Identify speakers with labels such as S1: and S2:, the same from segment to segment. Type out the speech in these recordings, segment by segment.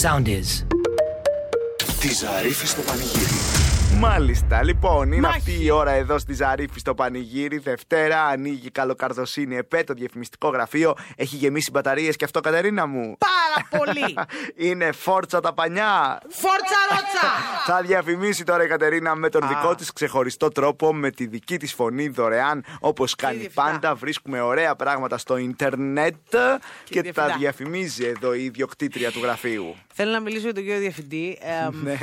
S1: Sound is.
S2: Τη Ζαρίφη στο πανηγύρι.
S3: Μάλιστα, λοιπόν, είναι
S4: Μάχη.
S3: αυτή η ώρα εδώ στη Ζαρίφη στο Πανηγύρι. Δευτέρα, ανοίγει καλοκαρδοσύνη ΕΠΕ, το διαφημιστικό γραφείο. Έχει γεμίσει μπαταρίες και αυτό, Κατερίνα μου.
S4: Πάρα πολύ.
S3: Είναι φόρτσα τα πανιά.
S4: Φόρτσα ρότσα.
S3: Θα διαφημίσει τώρα η Κατερίνα με τον δικό της ξεχωριστό τρόπο, με τη δική της φωνή δωρεάν, όπως κάνει
S4: διευθυντά.
S3: πάντα. Βρίσκουμε ωραία πράγματα στο ίντερνετ και, τα
S4: διευθυντά.
S3: διαφημίζει εδώ η ιδιοκτήτρια του γραφείου.
S4: Θέλω να μιλήσω με τον κύριο Διευθυντή, εμ,
S3: Ναι.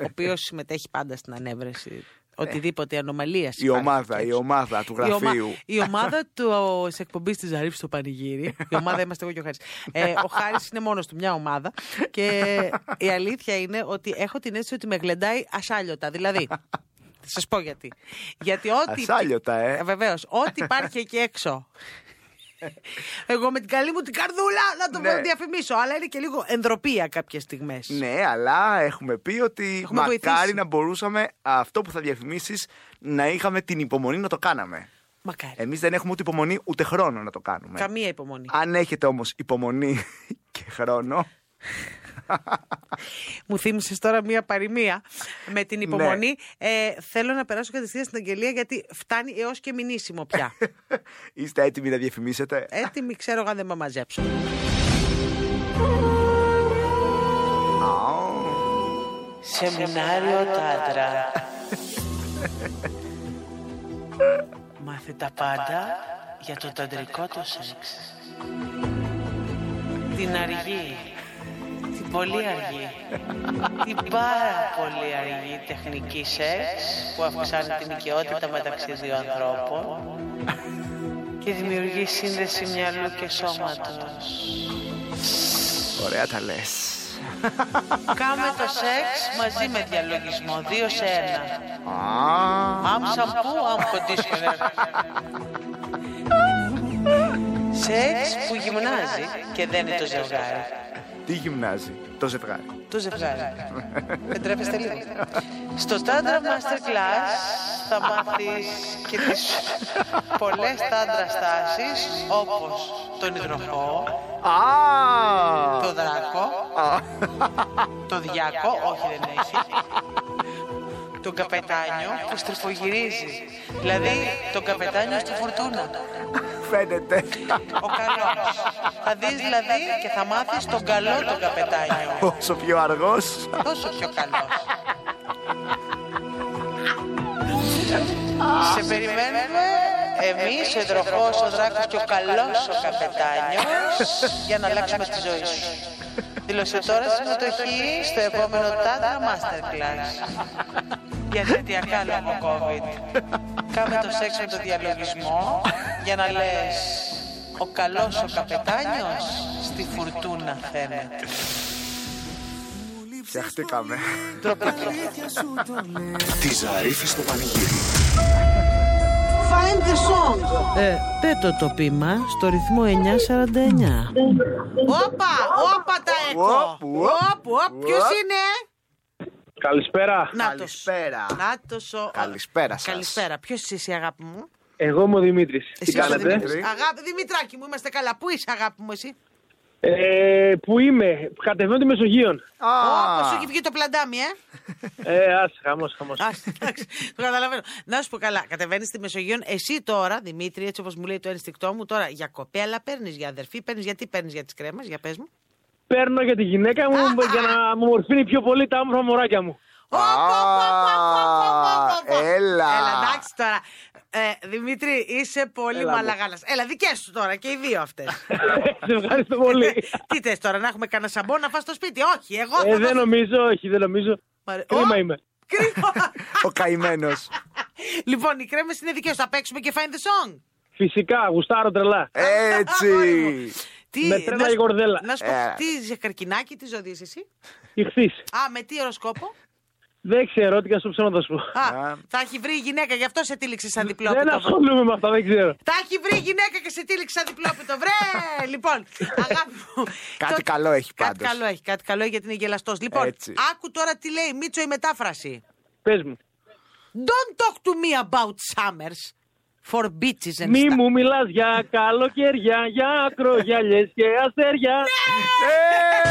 S4: ο οποίος συμμετέχει πάντα στην ανέβρεση οτιδήποτε ανομαλία.
S3: Ε. Η ομάδα, η ομάδα του γραφείου.
S4: Η ομάδα του της εκπομπής της Ζαρίφης στο Πανηγύρι. Η ομάδα είμαστε εγώ και ο Χάρης. Ε, ο Χάρης είναι μόνος του, μια ομάδα. Και η αλήθεια είναι ότι έχω την αίσθηση ότι με γλεντάει ασάλιωτα. Δηλαδή. Θα σας πω γιατί. Γιατί ό,τι.
S3: Ασάλιωτα, ε.
S4: Βεβαίως. Ό,τι υπάρχει εκεί έξω. Εγώ με την καλή μου την καρδούλα να το
S3: Ναι.
S4: διαφημίσω. Αλλά είναι και λίγο ενδροπία κάποιες στιγμές.
S3: Ναι, αλλά έχουμε πει ότι
S4: Έχουμε
S3: μακάρι
S4: βοηθήσει.
S3: να μπορούσαμε αυτό που θα διαφημίσεις να είχαμε την υπομονή να το κάναμε.
S4: Μακάρι.
S3: Εμείς δεν έχουμε ούτε υπομονή ούτε χρόνο να το κάνουμε.
S4: Καμία υπομονή.
S3: Αν έχετε όμως υπομονή και χρόνο.
S4: Μου θύμισες τώρα μία παροιμία με
S3: Ναι.
S4: την υπομονή. Ε, θέλω να περάσω κατευθείαν στην αγγελία γιατί φτάνει έως και μηνύσιμο πια.
S3: Είστε έτοιμοι να διαφημίσετε.
S4: Έτοιμη, ξέρω εγώ, αν δεν με μαζέψω. Σεμινάριο Τάντρα. Μάθε τα πάντα για το ταντρικό το σεξ. Την αργή, την πολύ αργή, την πάρα πολύ αργή τεχνική σεξ που αυξάνει την οικειότητα μεταξύ δύο ανθρώπων και δημιουργεί σύνδεση μυαλού και σώματος.
S3: Ωραία τα λες.
S4: Κάμε το σεξ μαζί με διαλογισμό, δύο σε ένα. Am shampoo, am conditioner. Σεξ που γυμνάζει και δεν είναι το ζευγάρι.
S3: Τι γυμνάζει το ζευγάρι.
S4: Το ζευγάρι. Δεν τρέπεστε λίγο. Στο Tantra Masterclass θα μάθεις και τις πολλές τάντρα στάσεις όπως τον υδροχό,
S3: Α!
S4: το δράκο, το διάκο, όχι δεν έχει, τον καπετάνιο που στριφογυρίζει. Δηλαδή τον καπετάνιο στη φουρτούνα.
S3: Φαίνεται.
S4: Ο καλός. Θα δεις δηλαδή και θα μάθεις τον καλό τον καπετάνιο.
S3: Όσο πιο αργός.
S4: Τόσο πιο καλός. Σε περιμένουμε εμείς, ο υδροχός, ο δράκος και ο καλός ο καπετάνιος για να αλλάξουμε τη ζωή σου. Δήλωσε τώρα συμμετοχή στο επόμενο Tantra Masterclass. Για θετιακά λόγω COVID. Κάμε το σεξ με το διαλογισμό για να λες ο καλός ο καπετάνιος στη φουρτούνα φαίνεται.
S3: Φτιαχτήκαμε.
S2: Τη Ζαρίφη στο πανηγύρι.
S4: Find the song. Ε, πέτω το πείμα στο ρυθμό 949. Όπα, όπα τα έκο.
S3: Οπ, οπ,
S4: Όπ, όπ, ποιος
S3: οπ.
S4: είναι.
S5: Καλησπέρα.
S4: Νάτος.
S3: Καλησπέρα.
S4: Νάτος ο...
S3: Καλησπέρα σας.
S4: Καλησπέρα. Ποιος είσαι εσύ αγάπη μου.
S5: Εγώ είμαι ο Δημήτρης. Τι
S4: Εσύ είσαι ο
S5: κάνετε.
S4: Δημήτρης. Αγάπη, Δημητράκη μου, είμαστε καλά. Πού είσαι αγάπη μου εσύ.
S5: Ε, που είμαι, κατεβαίνω τη Μεσογείων.
S4: Όπως σου
S3: Α!
S4: έχει βγει το πλαντάμι, ε.
S5: Ε, άσε, χαμός, χαμός.
S4: Α, εντάξει, το καταλαβαίνω. Να σου πω καλά, κατεβαίνεις στη Μεσογείο. Εσύ τώρα, Δημήτρη, έτσι όπως μου λέει το ένστικτό μου, τώρα για κοπέλα παίρνεις, για αδερφή παίρνεις, γιατί παίρνεις για τις κρέμα, για πες μου.
S5: Παίρνω για τη γυναίκα μου για να μου μορφύνει πιο πολύ τα όμορφα μωράκια μου.
S3: Έλα.
S4: Έλα, εντάξει τώρα. Ε, Δημήτρη, είσαι πολύ
S5: Έλα, μου.
S4: μαλαγάλα. Έλα, δικές σου τώρα και οι δύο αυτές.
S5: Σε ευχαριστώ πολύ.
S4: Τι θες τώρα, να έχουμε κανένα σαμπό να φας στο σπίτι. Όχι, εγώ θα
S5: ε,
S4: δώσω-
S5: δεν νομίζω, όχι, δεν νομίζω.
S4: Μαρε-
S5: Κρίμα
S4: Ω,
S5: είμαι.
S4: Κρίμα.
S3: Ο καημένος.
S4: λοιπόν, οι κρέμες είναι δικές. Θα παίξουμε και find the song.
S5: Φυσικά, γουστάρω τρελά.
S4: Αγόρι μου.
S3: Έτσι.
S4: Τι,
S5: Με τρέλα
S4: να σου-
S5: η κορδέλα.
S4: Να σου πω,
S3: Ε.
S4: τι σε καρκινάκι, τι ζωδίες εσύ.
S5: Ηχθεί.
S4: Α, με τι οροσκόπο.
S5: Δεν ξέρω τι να σου ψέμα θα σου πω.
S4: Α,
S3: Α.
S4: θα έχει βρει η γυναίκα, γι' αυτό σε τύλιξε σαν διπλό
S5: Δεν
S4: πιτό.
S5: ασχολούμαι με αυτά, δεν ξέρω.
S4: Τα έχει βρει η γυναίκα και σε τύλιξε σαν διπλό πιτό. Βρε! λοιπόν, αγάπη μου.
S3: Κάτι
S4: το-
S3: καλό έχει
S4: Κάτι
S3: πάντως.
S4: καλό έχει, κάτι καλό έχει γιατί είναι γελαστός. Λοιπόν,
S3: Έτσι.
S4: άκου τώρα τι λέει Μίτσο η μετάφραση.
S5: Πες μου.
S4: Don't talk to me about summers for bitches and
S5: Μη
S4: stuff.
S5: μου μιλάς για
S4: Ναι!
S5: καλοκαίρια, για ακρογιαλιές και αστέρια.
S3: Ε!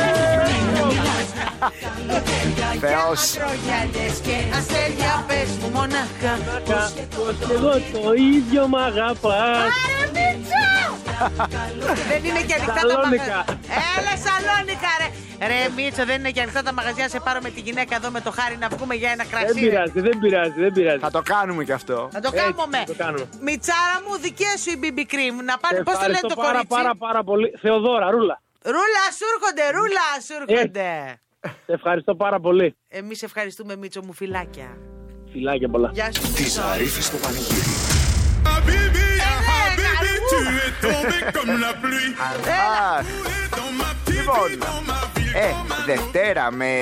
S3: Θεός.
S4: Τρογιανές και αστέρια πες μου μονάχα πως
S5: Πως κι εγώ το ίδιο μ' αγαπάς.
S4: Άρε Μίτσο! δεν είναι και ανοιχτά τα
S5: Σαλόνικα.
S4: μαγαζιά. Έλα Σαλόνικα ρε. Ρε Μίτσο δεν είναι και ανοιχτά τα μαγαζιά. Σε πάρω με τη γυναίκα εδώ με το χάρι να βγούμε για ένα
S5: Δεν
S4: κρασί. ρε.
S5: πειράζει, δεν πειράζει, δεν πειράζει.
S3: Θα το κάνουμε κι αυτό.
S4: Να το
S5: Έτσι,
S4: κάνουμε.
S5: το κάνουμε.
S4: Μιτσάρα μου, δικέ σου η BB Cream. Να πάνε, πώς το λένε
S5: Ευχαριστώ
S4: το
S5: πάρα,
S4: κορίτσι.
S5: πάρα, πάρα πολύ. Θεοδώρα, ρούλα.
S4: Ρούλα σου έρχονται, ρούλα σου
S5: Ε.
S4: έρχονται.
S5: Σε ευχαριστώ πάρα πολύ.
S4: Εμείς ευχαριστούμε, Μίτσο μου, φυλάκια.
S5: Φιλάκια πολλά.
S4: Γεια σου.
S2: Τη Ζαρίφη στο πανηγύρι.
S1: Habibi, ya
S4: Έλα,
S1: Habibi,
S4: καλού.
S1: tu es tombé comme la pluie.
S3: Ah.
S4: Έλα.
S3: Αχ.
S1: Tu es dans ma petite
S3: Λοιπόν,
S1: vie, dans ma ville,
S3: Ε,
S1: dans ma ville.
S3: Δευτέρα με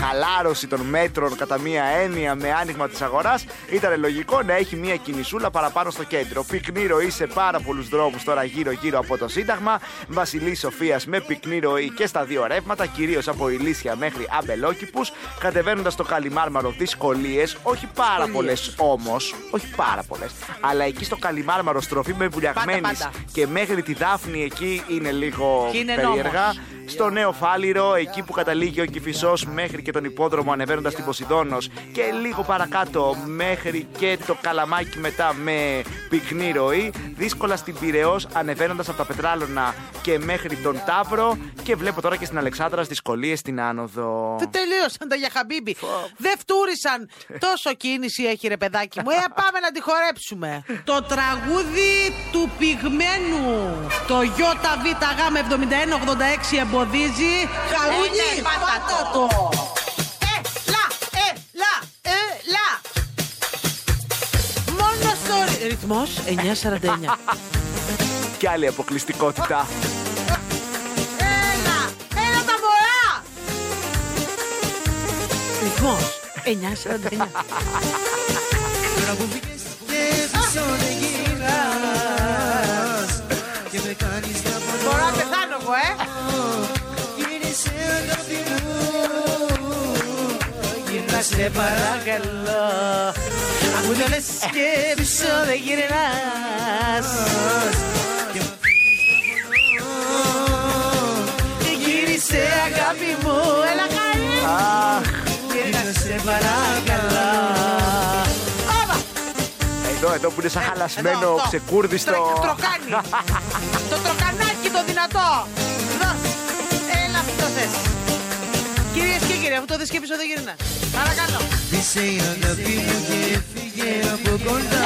S3: χαλάρωση των μέτρων κατά μία έννοια με άνοιγμα της αγοράς, ήταν λογικό να έχει μία κινησούλα παραπάνω στο κέντρο. Πυκνή ροή σε πάρα πολλούς δρόμους τώρα γύρω-γύρω από το Σύνταγμα. Βασιλής Σοφίας με πυκνή ροή και στα δύο ρεύματα, κυρίως από Ηλίσια μέχρι Αμπελόκηπους, κατεβαίνοντας το Καλιμάρμαρο δυσκολίες, όχι πάρα πολλές όμως, όχι πάρα πολλές, αλλά εκεί στο Καλιμάρμαρο στροφή με βουλιαγμένης
S4: πάντα.
S3: και μέχρι τη Δάφνη εκεί είναι λίγο
S4: Και είναι
S3: περίεργα.
S4: νόμος.
S3: Στο νέο Φάληρο, εκεί που καταλήγει ο Κυφισό μέχρι και τον υπόδρομο ανεβαίνοντας την Ποσειδόνος και λίγο παρακάτω μέχρι και το καλαμάκι μετά με πυκνή ροή. Δύσκολα στην Πυραιός ανεβαίνοντας από τα Πετράλωνα και μέχρι τον Ταύρο. Και βλέπω τώρα και στην Αλεξάνδρα δυσκολίες στην άνοδο.
S4: Τε- Τελείωσαν τα για χαμπίμπι. Δεν φτούρισαν. Τόσο κίνηση έχει ρε παιδάκι μου. Ε, πάμε να τη χορέψουμε. Το τραγούδι του πυγμένου. Το ΙΒΓ7186 εμποδίζει. Χαρούνι, Ε, ναι, πάτα το. Ε, Έλα, έλα, έλα. ε, Μόνο στο ρυθμός 949.
S3: Και άλλη αποκλειστικότητα.
S4: Έλα! Έλα τα μωρά! Ρυθμός 9.49 Μπορώ να πεθάνω εγώ, ε! Γυρνάστε παρακαλώ Αφού το λες σκέψω δεν γυρνάς Γύρισε αγάπη μου Έλα καλή Γυρνάστε παρακαλώ Άμα
S3: Εδώ, εδώ που είναι σαν χαλασμένο,
S4: αυτό. Ε, Τρο-
S3: ξεκούρδιστο.
S4: Τροκάνι. το τροκανάκι το δυνατό. Δώσ' Έλα, αυτό το θες. Κυρίε και κύριοι, αφού το δεις και πίσω δεν γυρνά. Παρακαλώ.
S6: Είσαι η αγάπη μου και έφυγε από κοντά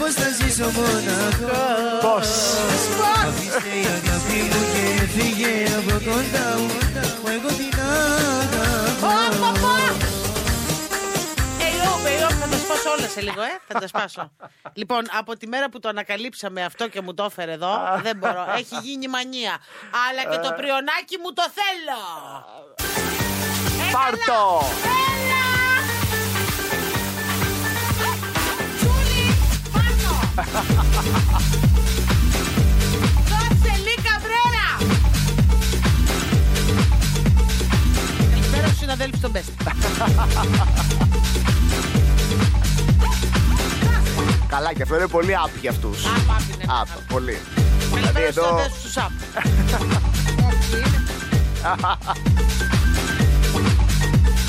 S6: Πώς θα ζήσω μοναχός
S3: Πώ.
S6: Είσαι η αγάπη μου και έφυγε από κοντά Μα εγώ την αγαπώ
S4: Θα το σπάσω όλα σε λίγο, ε. Θα το σπάσω. λοιπόν, από τη μέρα που το ανακαλύψαμε αυτό και μου το έφερε εδώ, δεν μπορώ. Έχει γίνει μανία. Αλλά και το πριονάκι μου το θέλω.
S3: Πάρτο.
S4: Τσούλι, πάνω. Δώσε λίγα μπρέρα. Καλησπέρα στους συναδέλφους των Best.
S3: Καλά, και αυτό είναι πολύ άπ για αυτού.
S4: Απ' απ' είναι.
S3: Απ, πολύ.
S4: Καλησπέρα στους
S3: εδώ-
S4: συναδέλφους τους Απ. Έλα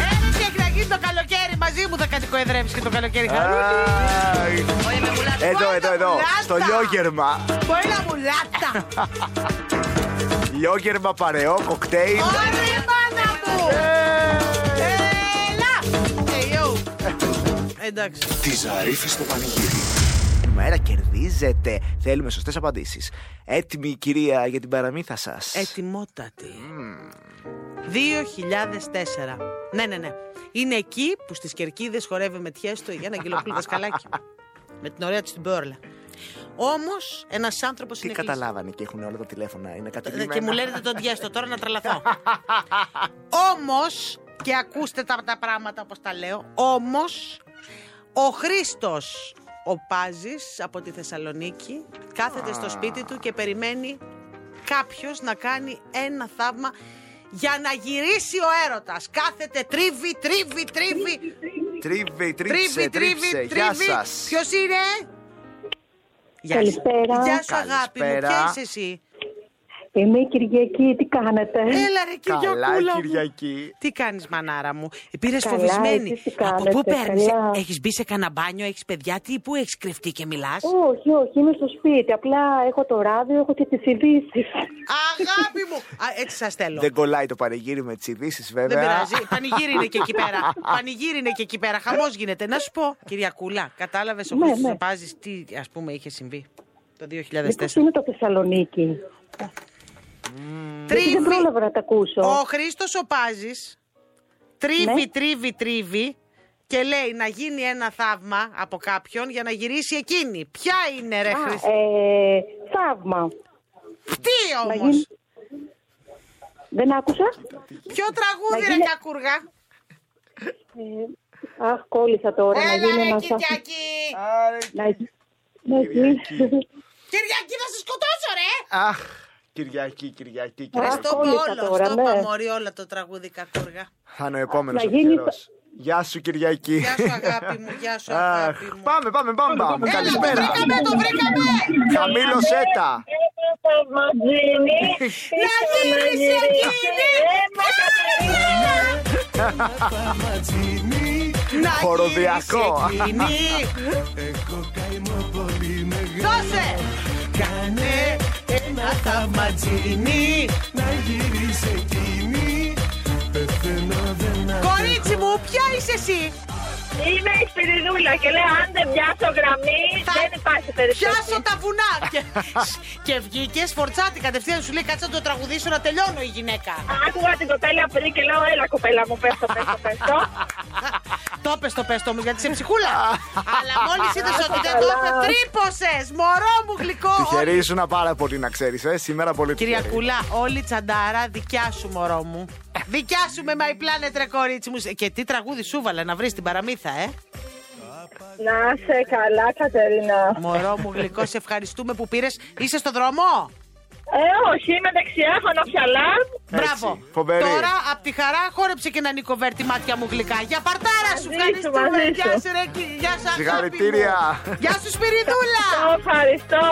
S4: Ε, τι έχει να γίνει το καλοκαίρι μαζί μου θα κατοικοεδρεύεις και το καλοκαίρι
S3: Ε.
S4: χαρούλι.
S3: Αϊ.
S4: Μπορεί να μουλάτα.
S3: Εδώ,
S4: Μπορεί
S3: εδώ,
S4: να
S3: εδώ.
S4: μουλάτα.
S3: Στο λιόγερμα.
S4: Μπορεί να μουλάτα.
S3: Λιόγερμα παρεό, κοκτέιλ.
S4: Ωραία μάνα μου.
S3: Ε.
S4: Έλα. Hey, yo. Εντάξει.
S2: Τη Ζαρίφη στο πανηγύρι.
S3: Μέρα κερδίζετε. Θέλουμε σωστές απαντήσεις. Έτοιμη η κυρία για την παραμύθα σας.
S4: Ετοιμότατη. 2004. Ναι, ναι, ναι. Είναι εκεί που στις κερκίδες χορεύει με τιέστο η Γιάννα Αγγελοπούλου Δασκαλάκη. με την ωραία της την Πόρλα. Όμως ένας άνθρωπος
S3: Τι
S4: είναι. κλειστός.
S3: καταλάβανε και έχουν όλα τα τηλέφωνα. Είναι
S4: Ε,
S3: κατελημένα.
S4: Και μου λένε τον διέστο τώρα να τρελαθώ. Όμως, και ακούστε τα, τα πράγματα όπως τα λέω, όμως ο Χρήστος ο Πάζης από τη Θεσσαλονίκη κάθεται στο σπίτι του και περιμένει κάποιος να κάνει ένα θαύμα για να γυρίσει ο έρωτας. Κάθεται, τρίβει, τρίβει, τρίβει,
S3: Τρίβει, τρίψε,
S4: τρίβει,
S3: τρίψε.
S4: τρίβει,
S3: Γεια
S4: τρίβει.
S3: σας.
S4: Ποιος είναι? Γεια σου.
S7: Καλησπέρα.
S4: Γεια σου αγάπη μου,
S3: Καλησπέρα.
S4: ποια είσαι εσύ.
S7: Είμαι η Κυριακή, τι κάνετε.
S4: Έλα ρε Κυριακούλα
S3: Καλά,
S4: μου.
S3: Κυριακή.
S4: Τι κάνεις μανάρα μου. Πήρε
S7: Καλά,
S4: φοβισμένη.
S7: εσείς τι
S4: Από
S7: κάνετε,
S4: πού παίρνει,
S7: καλά.
S4: έχεις μπει σε κανένα μπάνιο, έχεις παιδιά, τι, πού έχεις κρυφτεί και μιλάς.
S7: Όχι, όχι, είμαι στο σπίτι. Απλά έχω το ράδιο, έχω και τις ειδήσεις.
S4: Αγάπη μου! Α, έτσι σας θέλω.
S3: Δεν κολλάει το πανηγύρι με τις ειδήσεις, βέβαια.
S7: ε.
S4: Δεν πειράζει. Πανηγύρι είναι και εκεί πέρα. Πανηγύρι είναι και εκεί πέρα. Χαμός γίνεται. Να σου πω, Κυριακούλα, κατάλαβες ο Χρήστο
S7: Ναι, ναι. Λοιπόν,
S4: Σαπάζης τι ας πούμε είχε συμβεί το 2004.
S7: Μήπως είναι το Θεσσαλονίκη.
S4: Τρίβει.
S7: Δεν πρόλαβα να τα ακούσω.
S4: Ο Χρήστος Σοπάζη τρίβει,
S7: Ναι.
S4: τρίβει, τρίβει και λέει να γίνει ένα θαύμα από κάποιον για να γυρίσει εκείνη. Ποια είναι, ρε
S7: Α,
S4: Χρήστο.
S7: ε, θαύμα.
S4: Τι
S7: Να
S4: όμως.
S7: γίνει... Δεν άκουσα.
S4: Ποιο τραγούδι,
S7: να
S4: ρε
S7: γίνει-
S4: Κακούργα.
S7: Αχ, κόλλησα τώρα. να
S4: Ε, Έλα,
S7: γίνει
S4: ρε
S7: ένας θαύμα.
S4: Κυριακή.
S7: Να γι- να γίνει-
S4: Κυριακή, θα σε σκοτώσω, ρε.
S3: Αχ, Κυριακή, Κυριακή,
S7: Α,
S4: Ρε,
S3: Κυριακή.
S4: στο είπα
S7: κόλλησα
S4: όλο,
S7: τώρα,
S4: στο
S7: ναι.
S4: είπα, μωρή, όλο το τραγούδι Κακούργα.
S3: Θα είναι ο επόμενος
S7: Να γίνει-
S3: Γεια σου, Κυριακή.
S4: Γεια σου, αγάπη μου, γεια σου, αγάπη
S3: Αχ,
S4: μου.
S3: Πάμε, πάμε, πάμε. πάμε.
S4: Έλα, το
S3: Καλησπέρα.
S4: βρήκαμε, το βρήκαμε!
S3: Χαμήλωσέ τα.
S4: Να γυρίσει
S7: Ε,
S4: εκείνη!
S6: Ματσίνη,
S4: Να
S3: Χοροδιακό.
S4: γυρίσει εκείνη!
S6: έχω καημό πολύ μεγάλο.
S4: Δώσε!
S6: Κάνε ένα θαυματζίνι να γυρίσει εκείνη. Πεθαίνω δεν να
S4: Κορίτσι μου, ποια είσαι εσύ!
S8: Είμαι η Σπυριδούλα και λέω αν δεν πιάσω γραμμή
S4: Θα
S8: δεν υπάρχει περίπτωση.
S4: Πιάσω τα βουνά! και, και βγήκες φορτσάτη κατευθείαν σου λέει κάτσε να το τραγουδήσω να τελειώνω η γυναίκα.
S8: Άκουγα την κοπέλα πριν και λέω έλα κοπέλα μου πέστο πέστο πέστο.
S4: το πες το πες το μου γιατί σε ψυχούλα. Αλλά μόλις είδες ότι δεν το έπρεπε, τρύπωσες! Μωρό μου γλυκό!
S3: Τυχερή ήσουν πάρα πολύ, να ξέρεις. Ε. Σήμερα πολύ τυχερή.
S4: Κυριακούλα, όλη τσαντάρα δικιά σου, μωρό μου. Δικιά σου με My Planet, ρε κορίτσι μου. Και τι τραγούδι σου βάλε να βρεις την παραμύθα, ε.
S8: Να είσαι καλά Κατερίνα.
S4: Μωρό μου γλυκός, σε ευχαριστούμε που πήρες. Είσαι στο δρόμο.
S8: Ε όχι είμαι δεξιά έχω νοφιαλά.
S4: Μπράβο.
S3: φοβερή.
S4: Τώρα απ' τη χαρά χόρεψε και ένα νικοβέρτι μάτια μου γλυκά. Για παρτάρα σου,
S8: Μαζί σου,
S4: ευχαριστούμε.
S8: μαζί
S4: Γεια
S8: σου.
S4: σου, ρε, κυ- γεια σου, αγάπη
S3: Συγχαρητήρια.
S4: μου. Γεια σου, Σπυριδούλα.
S8: Ευχαριστώ.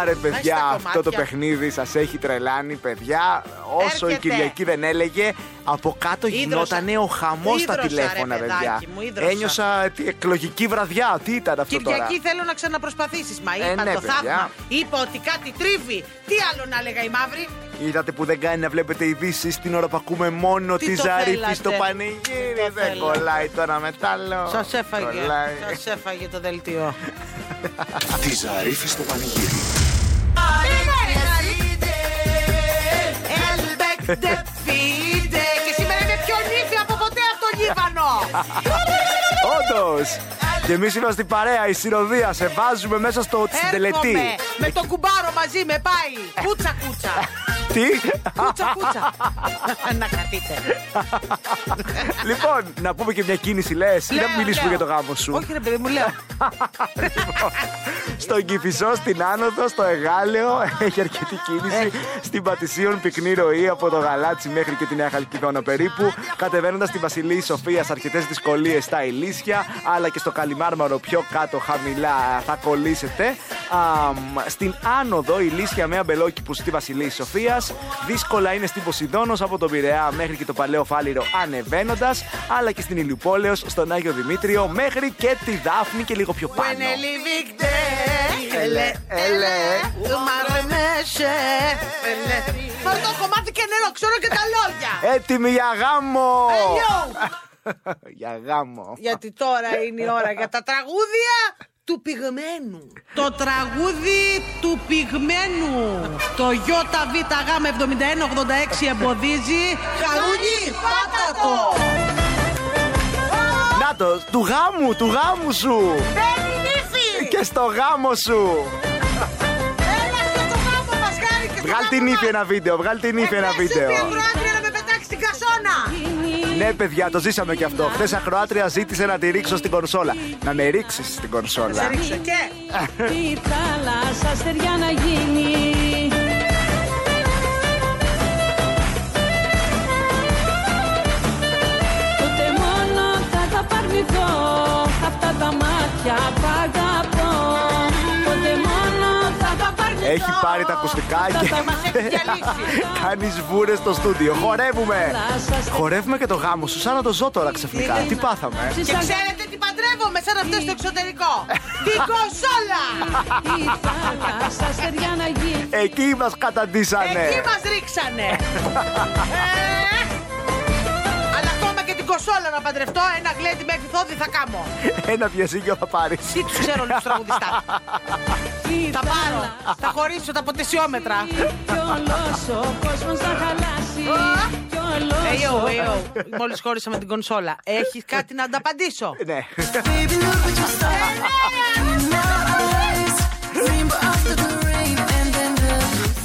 S3: Άρε, παιδιά,
S4: τα
S3: αυτό το
S4: κομμάτια.
S3: παιχνίδι σας έχει τρελάνει, παιδιά. Όσο η
S4: Έρχεται.
S3: Κυριακή δεν έλεγε, από κάτω
S4: Ίδρωσα.
S3: γινότανε ο χαμός στα
S4: Ίδρωσα, ρε,
S3: τηλέφωνα, παιδιά.
S4: παιδάκι μου, ίδρωσα.
S3: Ένιωσα τι, εκλογική βραδιά. Τι ήταν αυτό
S4: Κυριακή
S3: τώρα.
S4: θέλω να ξαναπροσπαθήσεις. Μα
S3: Ε,
S4: είπα
S3: ναι,
S4: το
S3: παιδιά.
S4: θαύμα. Είπα ότι κάτι τρίβει. Τι άλλο να έλεγα η μαύρη.
S3: Είδατε που δεν κάνει να βλέπετε ειδήσεις την ώρα που ακούμε μόνο
S4: Τι
S3: τη
S4: το
S3: ζαρίφη
S4: θέλατε.
S3: στο πανηγύρι.
S4: Τι το
S3: Δεν
S4: θέλατε.
S3: κολλάει τώρα μετάλλο.
S4: Σας έφαγε.
S3: Κολλάει.
S4: Σας έφαγε το δελτίο.
S2: Τη Ζαρίφη στο πανηγύρι.
S4: Ελπέκτε φίτε. Και σήμερα είμαι πιο νύφη από ποτέ από τον Λίβανο.
S3: Όντως! Και εμείς είμαστε η παρέα, η συνοδεία. Σε βάζουμε μέσα στο στην τελετή.
S4: Έρχομαι με τον κουμπάρο μαζί με πάει. Κούτσα κούτσα.
S3: Τι?
S4: Κούτσα κούτσα. Να χαθείτε.
S3: λοιπόν, να πούμε και μια κίνηση, λες.
S4: Λέω,
S3: Να μιλήσουμε
S4: λέω.
S3: για το γάμο σου.
S4: Όχι ρε παιδί μου λέω.
S3: Στον Κυφισό, στην Άνοδο, στο Εγάλεο έχει αρκετή κίνηση. Στην Πατησίων, πυκνή ροή από το Γαλάτσι μέχρι και τη Νέα Χαλκιδόνα περίπου. Κατεβαίνοντας στη Βασιλή Σοφία, αρκετές δυσκολίες στα Ηλίσια, αλλά και στο Καλιμάρμαρο πιο κάτω χαμηλά α, θα κολλήσετε. Α, μ, στην Άνοδο, η Λίσια με αμπελόκηπους στη Βασιλή Σοφία. Δύσκολα είναι στην Ποσειδόνο από τον Πειραιά μέχρι και το Παλαιό Φάληρο ανεβαίνοντας, αλλά και στην Ηλιουπόλεω, στον Άγιο Δημήτριο μέχρι και τη Δάφνη και λίγο πιο πάνω.
S4: Πενελή βίκτε. Ελε, ελε. Μαρμέσε. Ελε. Πάρε το κομμάτι και νερό, ξέρω και τα λόγια.
S3: Έτοιμοι για γάμο!
S4: Ελιό.
S3: για γάμο.
S4: Γιατί τώρα είναι η ώρα για τα τραγούδια του πυγμένου. Το τραγούδι του πυγμένου. Το ΙΒΓ7186 εμποδίζει. Χαρούνι, πάτα το!
S3: Να το, του γάμου, του γάμου σου!
S4: Μπαίνει νύφη!
S3: Και στο γάμο σου!
S4: Έλα στο το γάμο μας, χάρη και στο
S3: Βγάλ
S4: γάμο
S3: την ύφη
S4: μας.
S3: ένα βίντεο, βγάλ την ύφη ένα
S4: Εκλέξει
S3: βίντεο.
S4: μια ακροάτρια να με πετάξει στην κασόνα.
S3: Ναι, παιδιά, το ζήσαμε και αυτό. Χθες ακροάτρια ζήτησε να τη ρίξω στην κονσόλα. Να με ρίξεις στην κονσόλα.
S4: Ρίξε και.
S9: Η θάλασσα στεριά να γίνει Τότε μόνο θα τα παρνηθώ Αυτά τα μάτια που αγαπώ Τότε μόνο θα τα παρνηθώ
S3: έχει πάρει τα ακουστικά
S9: Τα-
S3: και
S9: τα- μας έχει διαλύσει.
S3: κάνει σβούρε στο στούντιο. Χορεύουμε!
S9: σας-
S3: Χορεύουμε και το γάμο σου, σαν να το ζω τώρα ξαφνικά. Τι πάθαμε.
S9: Ψήσα-
S4: Και ξέρετε τι παντρεύομαι σαν αυτές στο εξωτερικό. Την κονσόλα!
S9: Η θάλασσα στεριά να γίνει.
S3: ε? Εκεί μας καταντήσανε.
S4: Εκεί μας ρίξανε. Ε, Αλλά ακόμα και την κονσόλα να παντρευτώ, ένα γλέντι μέχρι θόδι θα κάμω.
S3: Ένα διαζύγιο θα πάρεις.
S4: Τι τους ξέρω όλους τους τραγουδιστάς.
S9: Η
S4: Θα πάρω, θα χωρίσω τα ποτεσιόμετρα.
S9: Κι όλος ο κόσμος να χαλάσει. Κι
S4: Hey,
S9: όλος
S4: Ε, yo,
S9: ο
S4: hey, yo. Μόλις χώρισα με την κονσόλα. Έχεις κάτι να ανταπαντήσω.
S3: Ναι.
S4: ε,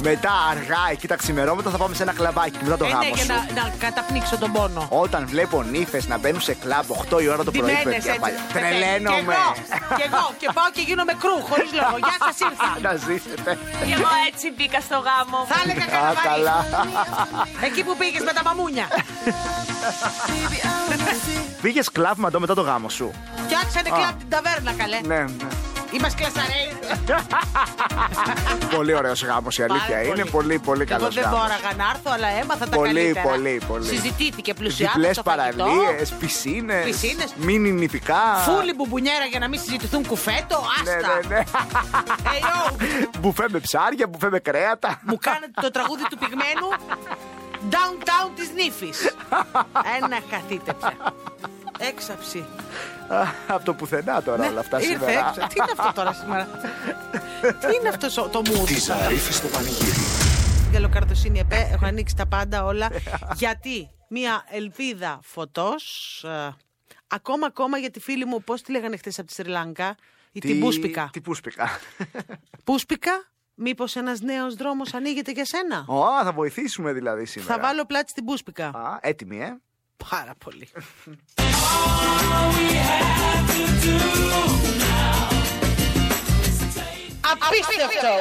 S3: Μετά αργά, εκεί τα ξημερώματα θα πάμε σε ένα κλαμπάκι. Μετά το
S4: Ε, ναι,
S3: γάμο
S4: για
S3: σου.
S4: να, να καταπνίξω τον πόνο.
S3: Όταν βλέπω νύφες να μπαίνουν σε κλαμπ 8 η ώρα το πρωί,
S4: Ντυμένες,
S3: παιδιά.
S4: έτσι.
S3: παλιά.
S4: Πεθαίνει.
S3: Τρελαίνομαι.
S4: Κι εγώ, Κι εγώ, και πάω και γίνομαι κρού, χωρίς λόγο. Γεια σας ήρθα.
S3: Να ζήσετε.
S10: Και εγώ έτσι μπήκα στο γάμο.
S4: Ε, Θα έλεγα
S3: Α,
S4: καναβαρί.
S3: καλά.
S4: Εκεί που πήγες με τα μαμούνια.
S3: Πήγες κλαμπ μαντό μετά το γάμο σου.
S4: Φτιάξανε κλαμπ την ταβέρνα, καλέ.
S3: Ναι, ναι.
S4: Είμαστε κλασαρέοι.
S3: Πολύ ωραίος γάμος η αλήθεια.
S4: Πάρα
S3: Είναι
S4: πολύ.
S3: πολύ, πολύ καλό
S4: Εγώ δεν
S3: γάμος.
S4: μπόραγα να έρθω, αλλά έμαθα τα
S3: Πολύ,
S4: καλύτερα.
S3: πολύ, πολύ.
S4: Συζητήθηκε πλουσιάτο.
S3: Διπλές
S4: στο φαγητό.
S3: παραλίες, πισίνες.
S4: Πισίνες.
S3: Μίνι νηπικά.
S4: Φούλη μπουμπουνιέρα για να μην συζητηθούν κουφέτο.
S3: Ναι,
S4: Άστα.
S3: ναι, ναι.
S4: Ε, yo.
S3: Μπουφέ με ψάρια, μπουφέ με κρέατα.
S4: Μου κάνετε το τραγούδι του πυγμένου Downtown της νύφης Ένα καθείτε πια Έξαψη
S3: Από το πουθενά τώρα όλα αυτά
S4: Ναι, Ήρθε
S3: σήμερα.
S4: έξαψη. Τι είναι αυτό τώρα σήμερα Τι είναι αυτό το mood
S2: Τη Ζαρίφη στο πανηγύρι.
S4: Γελοκαρτοσύνη ΕΠΕ Έχω ανοίξει τα πάντα όλα Γιατί μια ελπίδα φωτός ε, Ακόμα ακόμα για τη φίλη μου Πώς τη λέγανε χθες από τη Σρι Λάγκα Η
S3: Τι-
S4: την Πούσπικα
S3: Την πούσπικα.
S4: Πούσπικα Μήπως ένας νέος δρόμος ανοίγεται για σένα
S3: Ω, θα βοηθήσουμε δηλαδή σήμερα.
S4: Θα βάλω πλάτη στην Πούσπικα
S3: Α, έτοιμη, ε.
S4: Πάρα πολύ. Απίστευτο!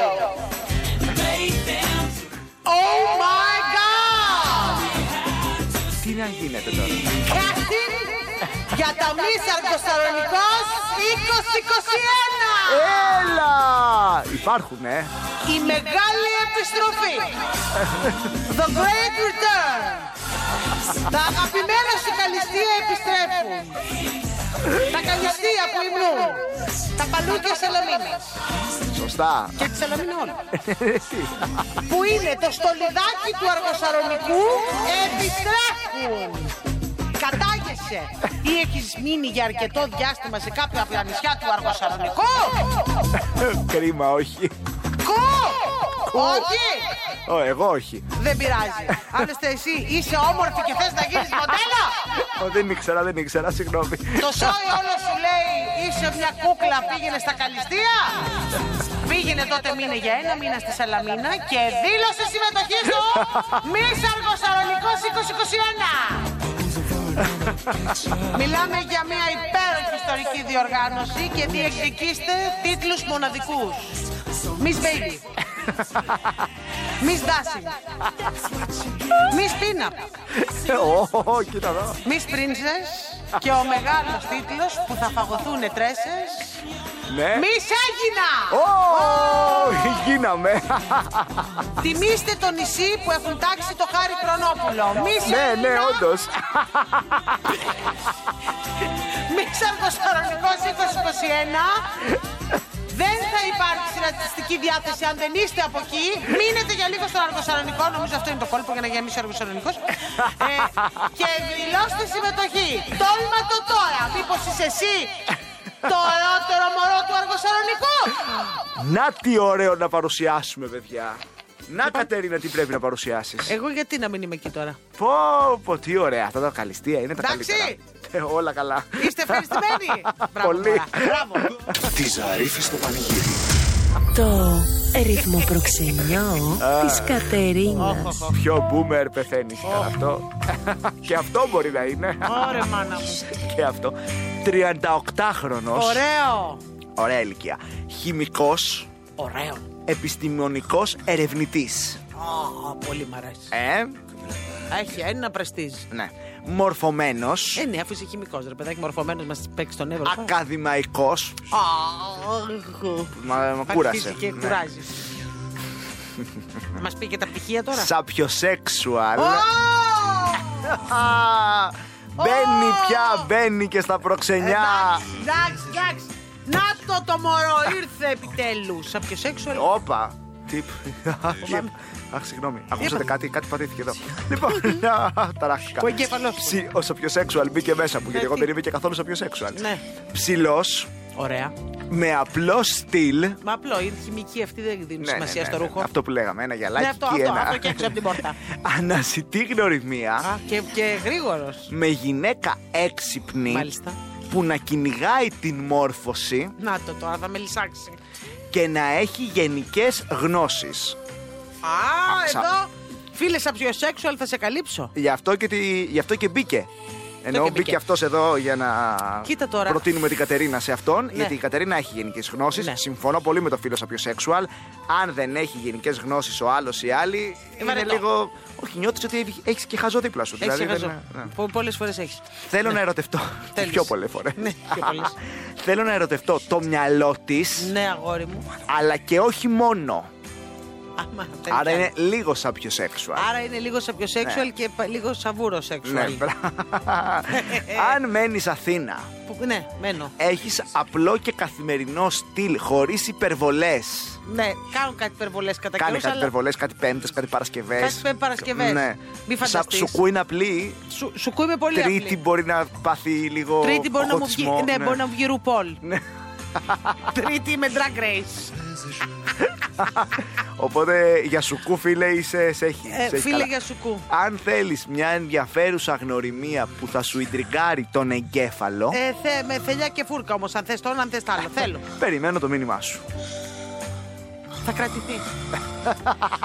S4: Oh my god!
S3: Τι να γίνεται τώρα.
S4: Captain, για τα μίσα Θεσσαλονικός 2021!
S3: Έλα! Υπάρχουν, ε.
S4: Η μεγάλη επιστροφή! The Great Return! Τα αγαπημένα σου καλυστία επιστρέφουν! Τα καλυστία που ήμουν! Τα παλούκια Σαλαμίνης
S3: Σωστά.
S4: και τη Σαλαμινών που είναι το στολιδάκι του Αργοσαρονικού επιστρέφουν. Κατάγεσαι ή έχεις μείνει για αρκετό διάστημα σε κάποια από τα νησιά του Αργοσαρονικού.
S3: Κρίμα, όχι.
S4: Κου! Όχι!
S3: Ω, εγώ όχι.
S4: Δεν πειράζει. Άλλωστε εσύ είσαι όμορφη και θες να γίνεις μοντέλο.
S3: Ω, δεν ήξερα, δεν ήξερα, συγγνώμη.
S4: Το σόι όλο σου λέει είσαι μια κούκλα, πήγαινε στα καλυστία. Πήγαινε τότε μήνα για ένα μήνα στη Σαλαμίνα και δήλωσε συμμετοχή στο Μης Αργοσαρονικός 2021. Μιλάμε για μια υπέροχη ιστορική διοργάνωση και διεκδικήστε τίτλους μοναδικούς. Miss Baby. Miss Dashing. Miss Pin-Up.
S3: Ω, κοίτα εδώ.
S4: Miss Princess και ο μεγάλος τίτλος που θα φαγωθούν τρέσες
S3: Ναι.
S4: Miss Έγινα!
S3: Ω, γίναμε.
S4: Τιμήστε το νησί που έχουν τάξει το Χάρη Κρονόπουλο Miss
S3: Ναι, ναι,
S4: Έγινα,
S3: όντω.
S4: Miss Αργοσαρονικός 2021 δεν θα υπάρξει ρατσιστική διάθεση αν δεν είστε από εκεί. Μείνετε για λίγο στον Αργοσαρονικό. Νομίζω αυτό είναι το κόλπο για να γεμίσει ο Αργοσαρονικό. Ε, και δηλώστε συμμετοχή. Τόλμα το τώρα. Μήπως είσαι εσύ το ωραιότερο μωρό του Αργοσαρονικού.
S3: Να τι ωραίο να παρουσιάσουμε, παιδιά.
S4: Λοιπόν-
S3: Να, Κατερίνα, τι πρέπει να παρουσιάσεις.
S4: Εγώ γιατί να μην είμαι εκεί τώρα.
S3: Πω, πω, τι ωραία. Αυτά τα καλυστία είναι τα
S4: Εντάξει.
S3: καλύτερα. Ε, Όλα καλά.
S4: Είστε ευχαριστημένοι. Μπράβο,
S3: Πολύ.
S4: Μωρά. Μπράβο.
S2: Τη Ζαρίφη στο πανηγύρι.
S4: ε.
S11: Το ρυθμό προξενιό της Κατερίνας.
S3: Πιο boomer πεθαίνει ήταν αυτό. και αυτό μπορεί να είναι.
S4: Ωραία, μάνα μου.
S3: και αυτό. 38χρονο.
S4: Ωραίο.
S3: Ωραία ηλικία. Χημικός,
S4: Ωραίο.
S3: επιστημονικός ερευνητής.
S4: Α, πολύ μ' αρέσει.
S3: Ε,
S4: Έχει ένα πρεστίζ.
S3: ναι. Μορφωμένος.
S4: Ε, ναι, αφού είσαι χημικός ρε παιδάκι, μορφωμένος μας παίξει τον εύρο.
S3: Ακαδημαϊκό.
S4: Αχ.
S3: Μα, μα κούρασε.
S4: Αρχίζει και
S3: Ναι.
S4: κουράζει. Μας πήγε τα πτυχία τώρα.
S3: Σαπιοσέξουαλ.
S4: Ω!
S3: Α, Μπαίνει πια, μπαίνει και στα προξενιά.
S4: Εντάξει, εντάξει. Να το το μωρό, ήρθε επιτέλους. Σαν ποιο έξω, ρε.
S3: Όπα. Τι. Αχ, συγγνώμη. Ακούσατε κάτι, κάτι πατήθηκε εδώ. Λοιπόν, α, ταράχτηκα.
S4: Ο εγκέφαλός μου.
S3: Ψι- Ο σαπιοσέξουαλ μπήκε μέσα μου, γιατί εγώ δεν είμαι και καθόλου σαπιοσέξουαλ.
S4: Ναι.
S3: Ψηλός,
S4: Ωραία.
S3: με απλό στυλ.
S4: Μα απλό, είναι χημική αυτή, δεν δίνει
S3: Ναι, ναι,
S4: σημασία
S3: ναι,
S4: στο
S3: ναι.
S4: ρούχο.
S3: Αυτό που λέγαμε, ένα γυαλάκι
S4: Ναι, αυτό,
S3: και
S4: αυτό,
S3: ένα.
S4: αυτό και έξω από την πόρτα.
S3: Ανασιτή γνωριμία
S4: Α, και, και γρήγορος.
S3: με γυναίκα έξυπνη
S4: Μάλιστα.
S3: που να κυνηγάει την μόρφωση
S4: Να το τώρα, θα με λυσάξει.
S3: και να έχει γενικές γνώσεις.
S4: Α,
S3: Άκουσα.
S4: εδώ. Φίλε από ποιο έξω, αλλά θα σε καλύψω.
S3: Γι' αυτό και, τη- γι αυτό και μπήκε. Ενώ
S4: και
S3: μπήκε,
S4: μπήκε.
S3: αυτός εδώ για να
S4: Κοίτα τώρα.
S3: προτείνουμε την Κατερίνα σε αυτόν, γιατί η Κατερίνα έχει γενικές γνώσεις.
S4: Ναι.
S3: Συμφωνώ πολύ με το φίλο σεξουαλ. Αν δεν έχει γενικές γνώσεις ο άλλος ή άλλη, είναι
S4: βαρετό.
S3: λίγο. Όχι, νιώθει ότι έχεις και χαζό δίπλα σου.
S4: Έχεις
S3: δεν-
S4: χαζό.
S3: ναι.
S4: Πολλές φορές έχεις.
S3: Θέλω να ερωτευτώ.
S4: Θέλεις.
S3: Πιο πολλές φορές.
S4: Ναι, πιο πολλές.
S3: Θέλω να ερωτευτώ το μυαλό της,
S4: Ναι, αγόρι μου.
S3: αλλά και όχι μόνο.
S4: Άμα,
S3: Άρα
S4: τέτοια.
S3: είναι λίγο σάπιο σεξουαλ.
S4: Άρα είναι λίγο σαπιοσέξουαλ και πα- λίγο σαβούρο
S3: Ναι,
S4: σεξουαλ.
S3: μπρα- Αν μένεις Αθήνα,
S4: Που- ναι, μένω.
S3: έχεις απλό και καθημερινό στυλ, χωρίς υπερβολές.
S4: Ναι, κάνουν κάτι υπερβολές κατά
S3: Κάνει
S4: καιρούς,
S3: κάτι
S4: αλλά
S3: υπερβολές, κάτι πέμπτες, κάτι Παρασκευές.
S4: Κάτι πέμπτες, Παρασκευές.
S3: Ναι.
S4: Μη φανταστείς.
S3: Σα- Σουκού είναι απλή.
S4: σου, σου κούει με πολύ
S3: Τρίτη
S4: απλή.
S3: μπορεί να πάθει λίγο.
S4: Τρίτη μπορεί να μου βγει.
S3: οχωτισμό,
S4: Ναι, μπορεί να μου βγει ρουπόλ.
S3: Ναι.
S4: Τρίτη με drag race.
S3: Οπότε για σουκού, φίλε, είσαι, σε έχει.
S4: Ε,
S3: σε έχει
S4: φίλε
S3: καλά.
S4: για σουκού.
S3: Αν θέλεις μια ενδιαφέρουσα γνωριμία που θα σου ιντριγκάρει τον εγκέφαλο,
S4: Ε, θε, με θελιά και φούρκα όμως. Αν θες το ένα, αν θες το άλλο. Θέλω.
S3: περιμένω το μήνυμά σου.
S4: Θα κρατηθεί.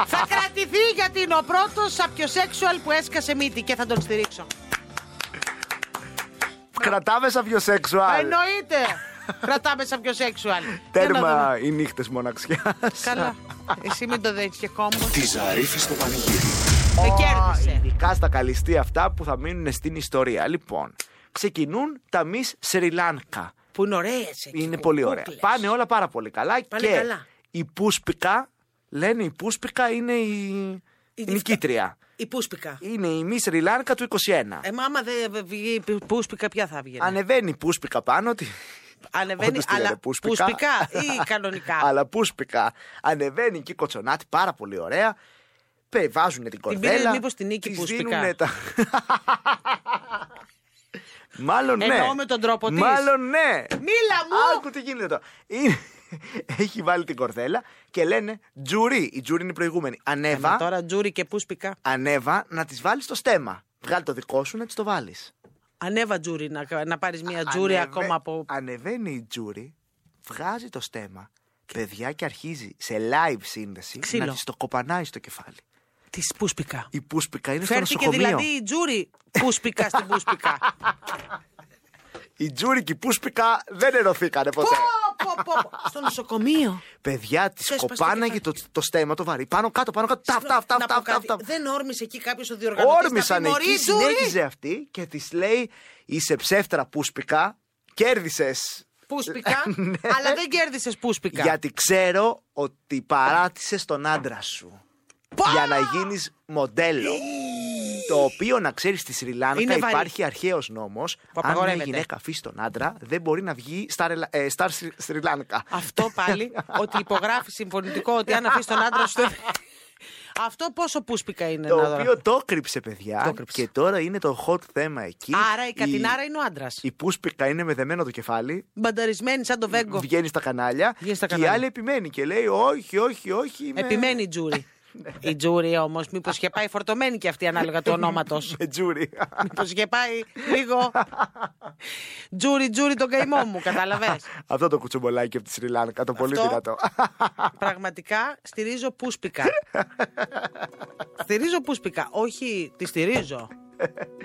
S4: θα κρατηθεί γιατί είναι ο πρώτος σαπιοσέξουαλ που έσκασε μύτη και θα τον στηρίξω.
S3: Κρατάμε σαβιοσεξουάλ.
S4: Εννοείται. Κρατάμε σαπιοσέξουαλ.
S3: Τέρμα οι νύχτες μοναξιάς.
S4: Καλά. Εσύ μην το δέχεις και κόμπο.
S12: Τη Ζαρίφη στο πανηγύρι.
S4: Με κέρδισε.
S3: Ειδικά στα καλυστή αυτά που θα μείνουν στην ιστορία. Λοιπόν, ξεκινούν τα μη Σρι Λάνκα.
S4: Που είναι ωραίες.
S3: Είναι πολύ ωραία. Πάνε όλα πάρα πολύ καλά
S4: Πάνε
S3: και
S4: καλά.
S3: η Πούσπικα, λένε η Πούσπικα είναι η, η νικήτρια.
S4: Η πούσπικα.
S3: Είναι η μη Σρι Λάνκα του 21.
S4: Ε, μα άμα δεν βγει η π- πούσπικα, ποια θα βγει.
S3: Ανεβαίνει η Πούσπικα πάνω. τη-
S4: Ανεβαίνει,
S3: Όντως τη λένε
S4: αλλά
S3: πούσπικα.
S4: πούσπικα ή κανονικά.
S3: Αλλά πούσπικα. Ανεβαίνει και η κοτσονάτη πάρα πολύ ωραία. Βάζουν την
S4: πήρε
S3: κορδέλα.
S4: μήπως τη Νίκη
S3: της
S4: Πούσπικα.
S3: δίνουνε Τα... Μάλλον ναι.
S4: Εννοώ με τον τρόπο της.
S3: Μάλλον ναι.
S4: Μίλα μου!
S3: Άκου τι γίνεται εδώ. Είναι- Έχει βάλει την κορδέλα και λένε Τζουρί. Η Τζουρί είναι η προηγούμενη. Ανέβα,
S4: Μα τώρα τζούρι και πούσπικα.
S3: ανέβα να της βάλεις στο στέμα. Βγάλει το δικό σου να της το βάλεις.
S4: Ανέβα τζούρι, να, να πάρεις μια τζούρι ακόμα από.
S3: Ανεβαίνει η Τζούρι, βγάζει το στέμα, παιδιά και αρχίζει σε live σύνδεση
S4: Ξύλο.
S3: να της το κοπανάει στο κεφάλι.
S4: Τη πούσπικα.
S3: Η Πούσπικα είναι στο
S4: Φέρθηκε
S3: νοσοκομείο.
S4: δηλαδή η τζούρι πούσπικα στην πούσπικα.
S3: Η Τζούρι και η Πούσπικα δεν ενωθήκανε ποτέ.
S4: Πω, πω, πω, πω. Στο νοσοκομείο.
S3: Παιδιά τη
S4: Ξέσπασε το
S3: κοπάναγε το, το στέμα το βαρύ. Πάνω κάτω, πάνω κάτω. Ταφ, ταφ, ταφ,
S4: Να πω
S3: ταφ,
S4: κάτι.
S3: ταφ, ταφ.
S4: Δεν όρμησε εκεί κάποιος ο διοργανωτής.
S3: Όρμησαν εκεί, συνέχιζε αυτή και της λέει Είσαι ψεύτρα Πούσπικα, κέρδισες.
S4: Πούσπικα,
S3: Ναι.
S4: αλλά δεν κέρδισες πούσπικα.
S3: Γιατί ξέρω ότι παράτησες τον άντρα σου.
S4: Πα!
S3: για να γίνεις μοντέλο. Το οποίο να ξέρεις στη Σρι Λάνκα
S4: Είναι βαρύ.
S3: υπάρχει αρχαίος νόμος Αν μια
S4: απαγορεύεται.
S3: γυναίκα αφήσει τον άντρα, δεν μπορεί να βγει στα, Ρελα- ε, στα Σρι- Σρι Λάνκα.
S4: Αυτό πάλι, ότι υπογράφει συμφωνητικό ότι αν αφήσει τον άντρα σου. δεν- Αυτό πόσο πούσπικα είναι,
S3: Το
S4: να δω.
S3: οποίο το κρύψε, παιδιά.
S4: Το κρύψε.
S3: Και τώρα είναι το hot θέμα εκεί.
S4: Άρα η Κατινάρα είναι ο άντρας.
S3: Η Πούσπικα είναι με δεμένο το κεφάλι.
S4: Μπανταρισμένη σαν το Βέγκο.
S3: Βγαίνει στα κανάλια.
S4: Βγαίνει στα
S3: και η
S4: κανάλια.
S3: άλλη επιμένει και λέει: Όχι, όχι, όχι. είμαι-
S4: Επιμένει η Τζούρι.
S3: Ναι.
S4: Η Τζούρι όμως, μήπως είχε πάει φορτωμένη και αυτή ανάλογα του ονόματος.
S3: Με τζούρι.
S4: Μήπως είχε πάει λίγο. Τζούρι, Τζούρι τον καημό μου, κατάλαβες.
S3: Αυτό το κουτσομπολάκι από τη Σρι Λάνκα. Το πολύ
S4: Αυτό.
S3: δυνατό.
S4: Πραγματικά στηρίζω πούσπικα. στηρίζω πούσπικα. Όχι, τη στηρίζω.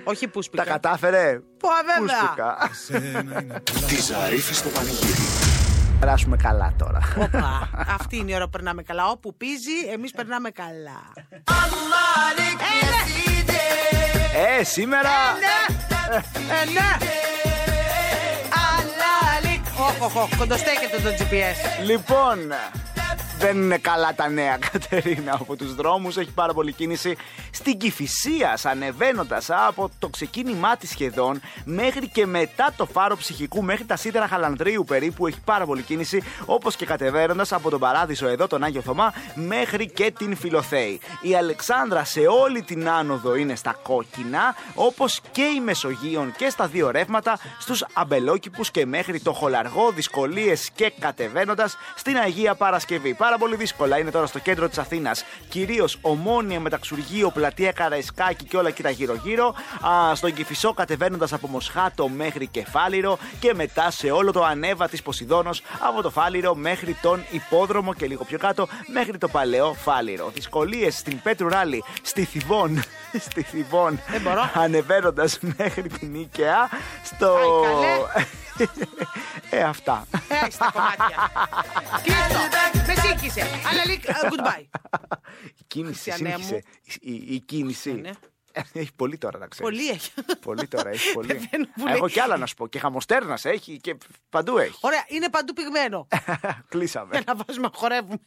S4: Όχι
S3: Τα
S4: πούσπικα.
S3: κατάφερε.
S4: Πω, βέβαια.
S3: Πούσπικα.
S12: Τη Ζαρίφη στο πανηγύρι.
S3: Περάσουμε καλά τώρα.
S4: Οπα. Αυτή είναι η ώρα που περνάμε καλά. Όπου πίζει, εμείς περνάμε καλά.
S3: Ε, σήμερα.
S4: Ε, ναι! Αλάλικ. Οχ, οχ, οχ, κοντοστέκεται το GPS.
S3: Λοιπόν, Δεν είναι καλά τα νέα, Κατερίνα. Από τους δρόμους έχει πάρα πολύ κίνηση στην Κυφυσία, ανεβαίνοντας από το ξεκίνημά της σχεδόν μέχρι και μετά το φάρο ψυχικού, μέχρι τα σίδερα Χαλανδρίου περίπου. Έχει πάρα πολύ κίνηση, όπως και κατεβαίνοντας από τον Παράδεισο εδώ, τον Άγιο Θωμά, μέχρι και την Φιλοθέη. Η Αλεξάνδρα σε όλη την άνοδο είναι στα κόκκινα, όπως και η Μεσογείων και στα δύο ρεύματα, στους αμπελόκηπους και μέχρι το χολαργό, δυσκολίες και κατεβαίνοντας στην Αγία Παρασκευή. Πάρα πολύ δύσκολα είναι τώρα στο κέντρο της Αθήνας, κυρίως ομόνια μεταξουργείο, πλατεία Καραϊσκάκη και όλα εκεί τα γύρω-γύρω. Α, στον Κυφισό κατεβαίνοντας από Μοσχάτο μέχρι Κεφάλιρο και μετά σε όλο το ανέβα της Ποσειδόνο από το Φάλιρο μέχρι τον υπόδρομο και λίγο πιο κάτω μέχρι το παλαιό Φάλιρο. Δυσκολίες στην Πέτρου Ράλι, στη Θιβών, στη Θιβών, ανεβαίνοντας μέχρι την Οικαία, στο. ε, αυτά.
S4: Ε, στα κομμάτια. Κλείστο. Με σήκησε. Αλλά λέει ε, goodbye.
S3: Η κίνηση
S4: Χριστιανέ
S3: σύγχυσε. Η, η- η κίνηση. Ε, Έχει πολύ τώρα να ξέρεις.
S4: Πολύ έχει.
S3: Πολύ τώρα έχει. Πολύ.
S4: Πεθαίνω που λέει.
S3: Έχω κι άλλα να σου πω. Και χαμοστέρνας έχει και παντού έχει.
S4: Ωραία, είναι παντού πυγμένο.
S3: Ε. Κλείσαμε.
S4: Για να βάζουμε να χορεύουμε.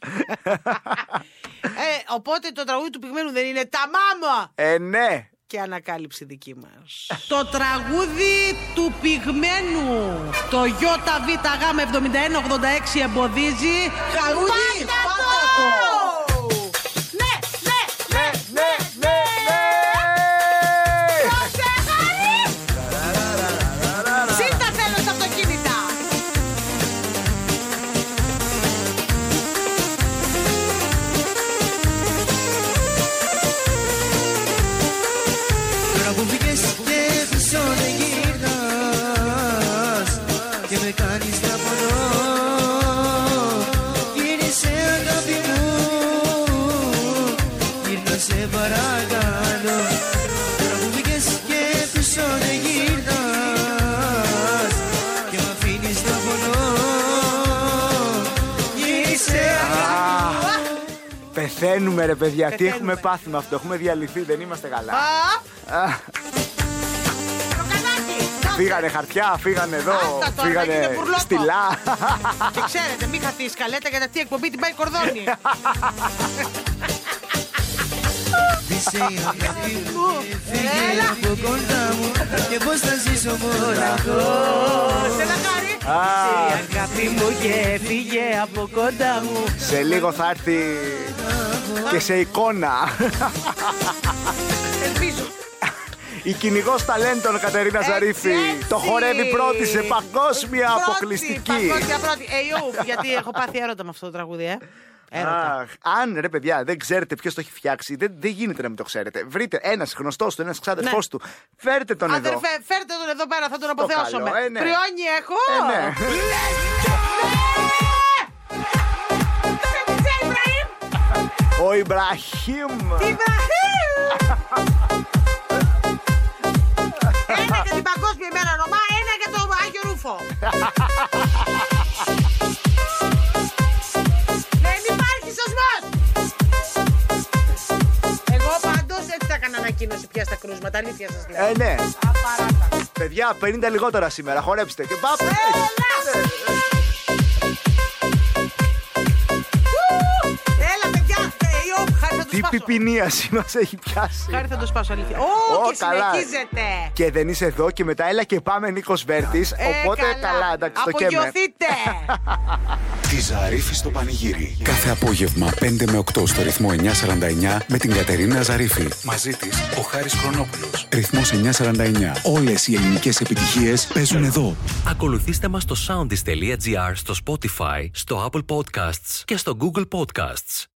S4: ε, οπότε το τραγούδι του πυγμένου δεν είναι τα μάμα.
S3: Ε, ναι.
S4: Και ανακάλυψη δική μας. το τραγούδι του πυγμένου. Το ΙΒΓ7186 εμποδίζει. Τραγούδι. Πάτα το!
S6: Ναι, ναι, ναι,
S3: ναι, ναι, ναι.
S4: Σύντα θέλω στα αυτοκίνητα.
S6: Τώρα που βγες και πίσω δεν γυρνάς Και με κάνεις να πονώ Γύρισε αγάπη μου Γύρνα σε παρακαλώ Τώρα που βγες και πίσω δεν γυρνάς Και με αφήνεις να πονώ Γύρισε αγάπη μου
S3: Πεθαίνουμε ρε παιδιά, τι
S6: Πεθαίνουμε.
S3: έχουμε πάθει με αυτό, έχουμε διαλυθεί, δεν είμαστε καλά. Α. Φύγανε χαρτιά, φύγανε εδώ,
S4: Άστα τώρα, θα
S3: φύγανε
S4: γίνει μπουρλόκο.
S3: στυλά.
S4: Και ξέρετε, μην χαθεί καλέτα γιατί αυτή η εκπομπή την πάει κορδόνι.
S6: Είσαι η αγάπη μου Φύγε
S4: Έλα.
S6: από κοντά μου Και πώς θα ζήσω μοναχός
S4: Σε λαχάρι.
S6: Είσαι η αγάπη μου και φύγε από κοντά μου
S3: Σε λίγο θα έρθει και σε εικόνα.
S4: Ελπίζω.
S3: Η κυνηγός ταλέντων Κατερίνα Ζαρίφη. Το χορεύει πρώτη σε παγκόσμια
S4: Πρώτη,
S3: αποκλειστική.
S4: Παγκόσμια πρώτη. Ε, ιού, γιατί έχω πάθει έρωτα με αυτό το τραγούδι, ε. Έρωτα.
S3: Αχ, αν ρε παιδιά δεν ξέρετε ποιος το έχει φτιάξει, δεν, δεν γίνεται να μην το ξέρετε. Βρείτε ένας γνωστός του, ένας ξάδερφός του. Φέρτε τον εδώ.
S4: Ναι. Αδερφέ, φέρτε τον εδώ πέρα, θα τον αποθεώσουμε.
S3: ναι, καλό, ε, ναι.
S4: Πριόνι έχω.
S3: Ε, ναι. Ο Ιμπραχήμ.
S4: Ένα για την Παγκόσμια ημέρα Ρωμά, ένα για το Άγιο Ρούφο. Δεν υπάρχει σωσμός. Εγώ πάντως έτσι θα έκανα ανακοίνωση πια στα κρούσματα, αλήθεια σας λέω.
S3: Ε, ναι. Παιδιά, 50 λιγότερα σήμερα. Χορέψτε και πάμε.
S4: Ε, Έλα παιδιά, ε, ιό, χάρη θα το
S3: Τι
S4: σπάσω. Ε.
S3: πιπινίαση μας έχει πιάσει.
S4: Χάρη θα το σπάσω αλήθεια. Ω,
S3: Ω,
S4: και
S3: καλά.
S4: συνεχίζεται.
S3: Και δεν είσαι εδώ και μετά έλα και πάμε Νίκος Βέρτης.
S4: Ε,
S3: Οπότε καλά, εντάξει, το καίμε.
S4: Απογειωθείτε.
S2: Τη Ζαρίφη στο πανηγύρι. Κάθε απόγευμα 5 με 8 στο ρυθμό 949 με την Κατερίνα Ζαρίφη. Μαζί της ο Χάρης Χρονόπουλος. Ρυθμός 949. Όλες οι ελληνικές επιτυχίες παίζουν εδώ.
S13: Ακολουθήστε μας στο soundis.gr, στο Spotify, στο Apple Podcasts και στο Google Podcasts.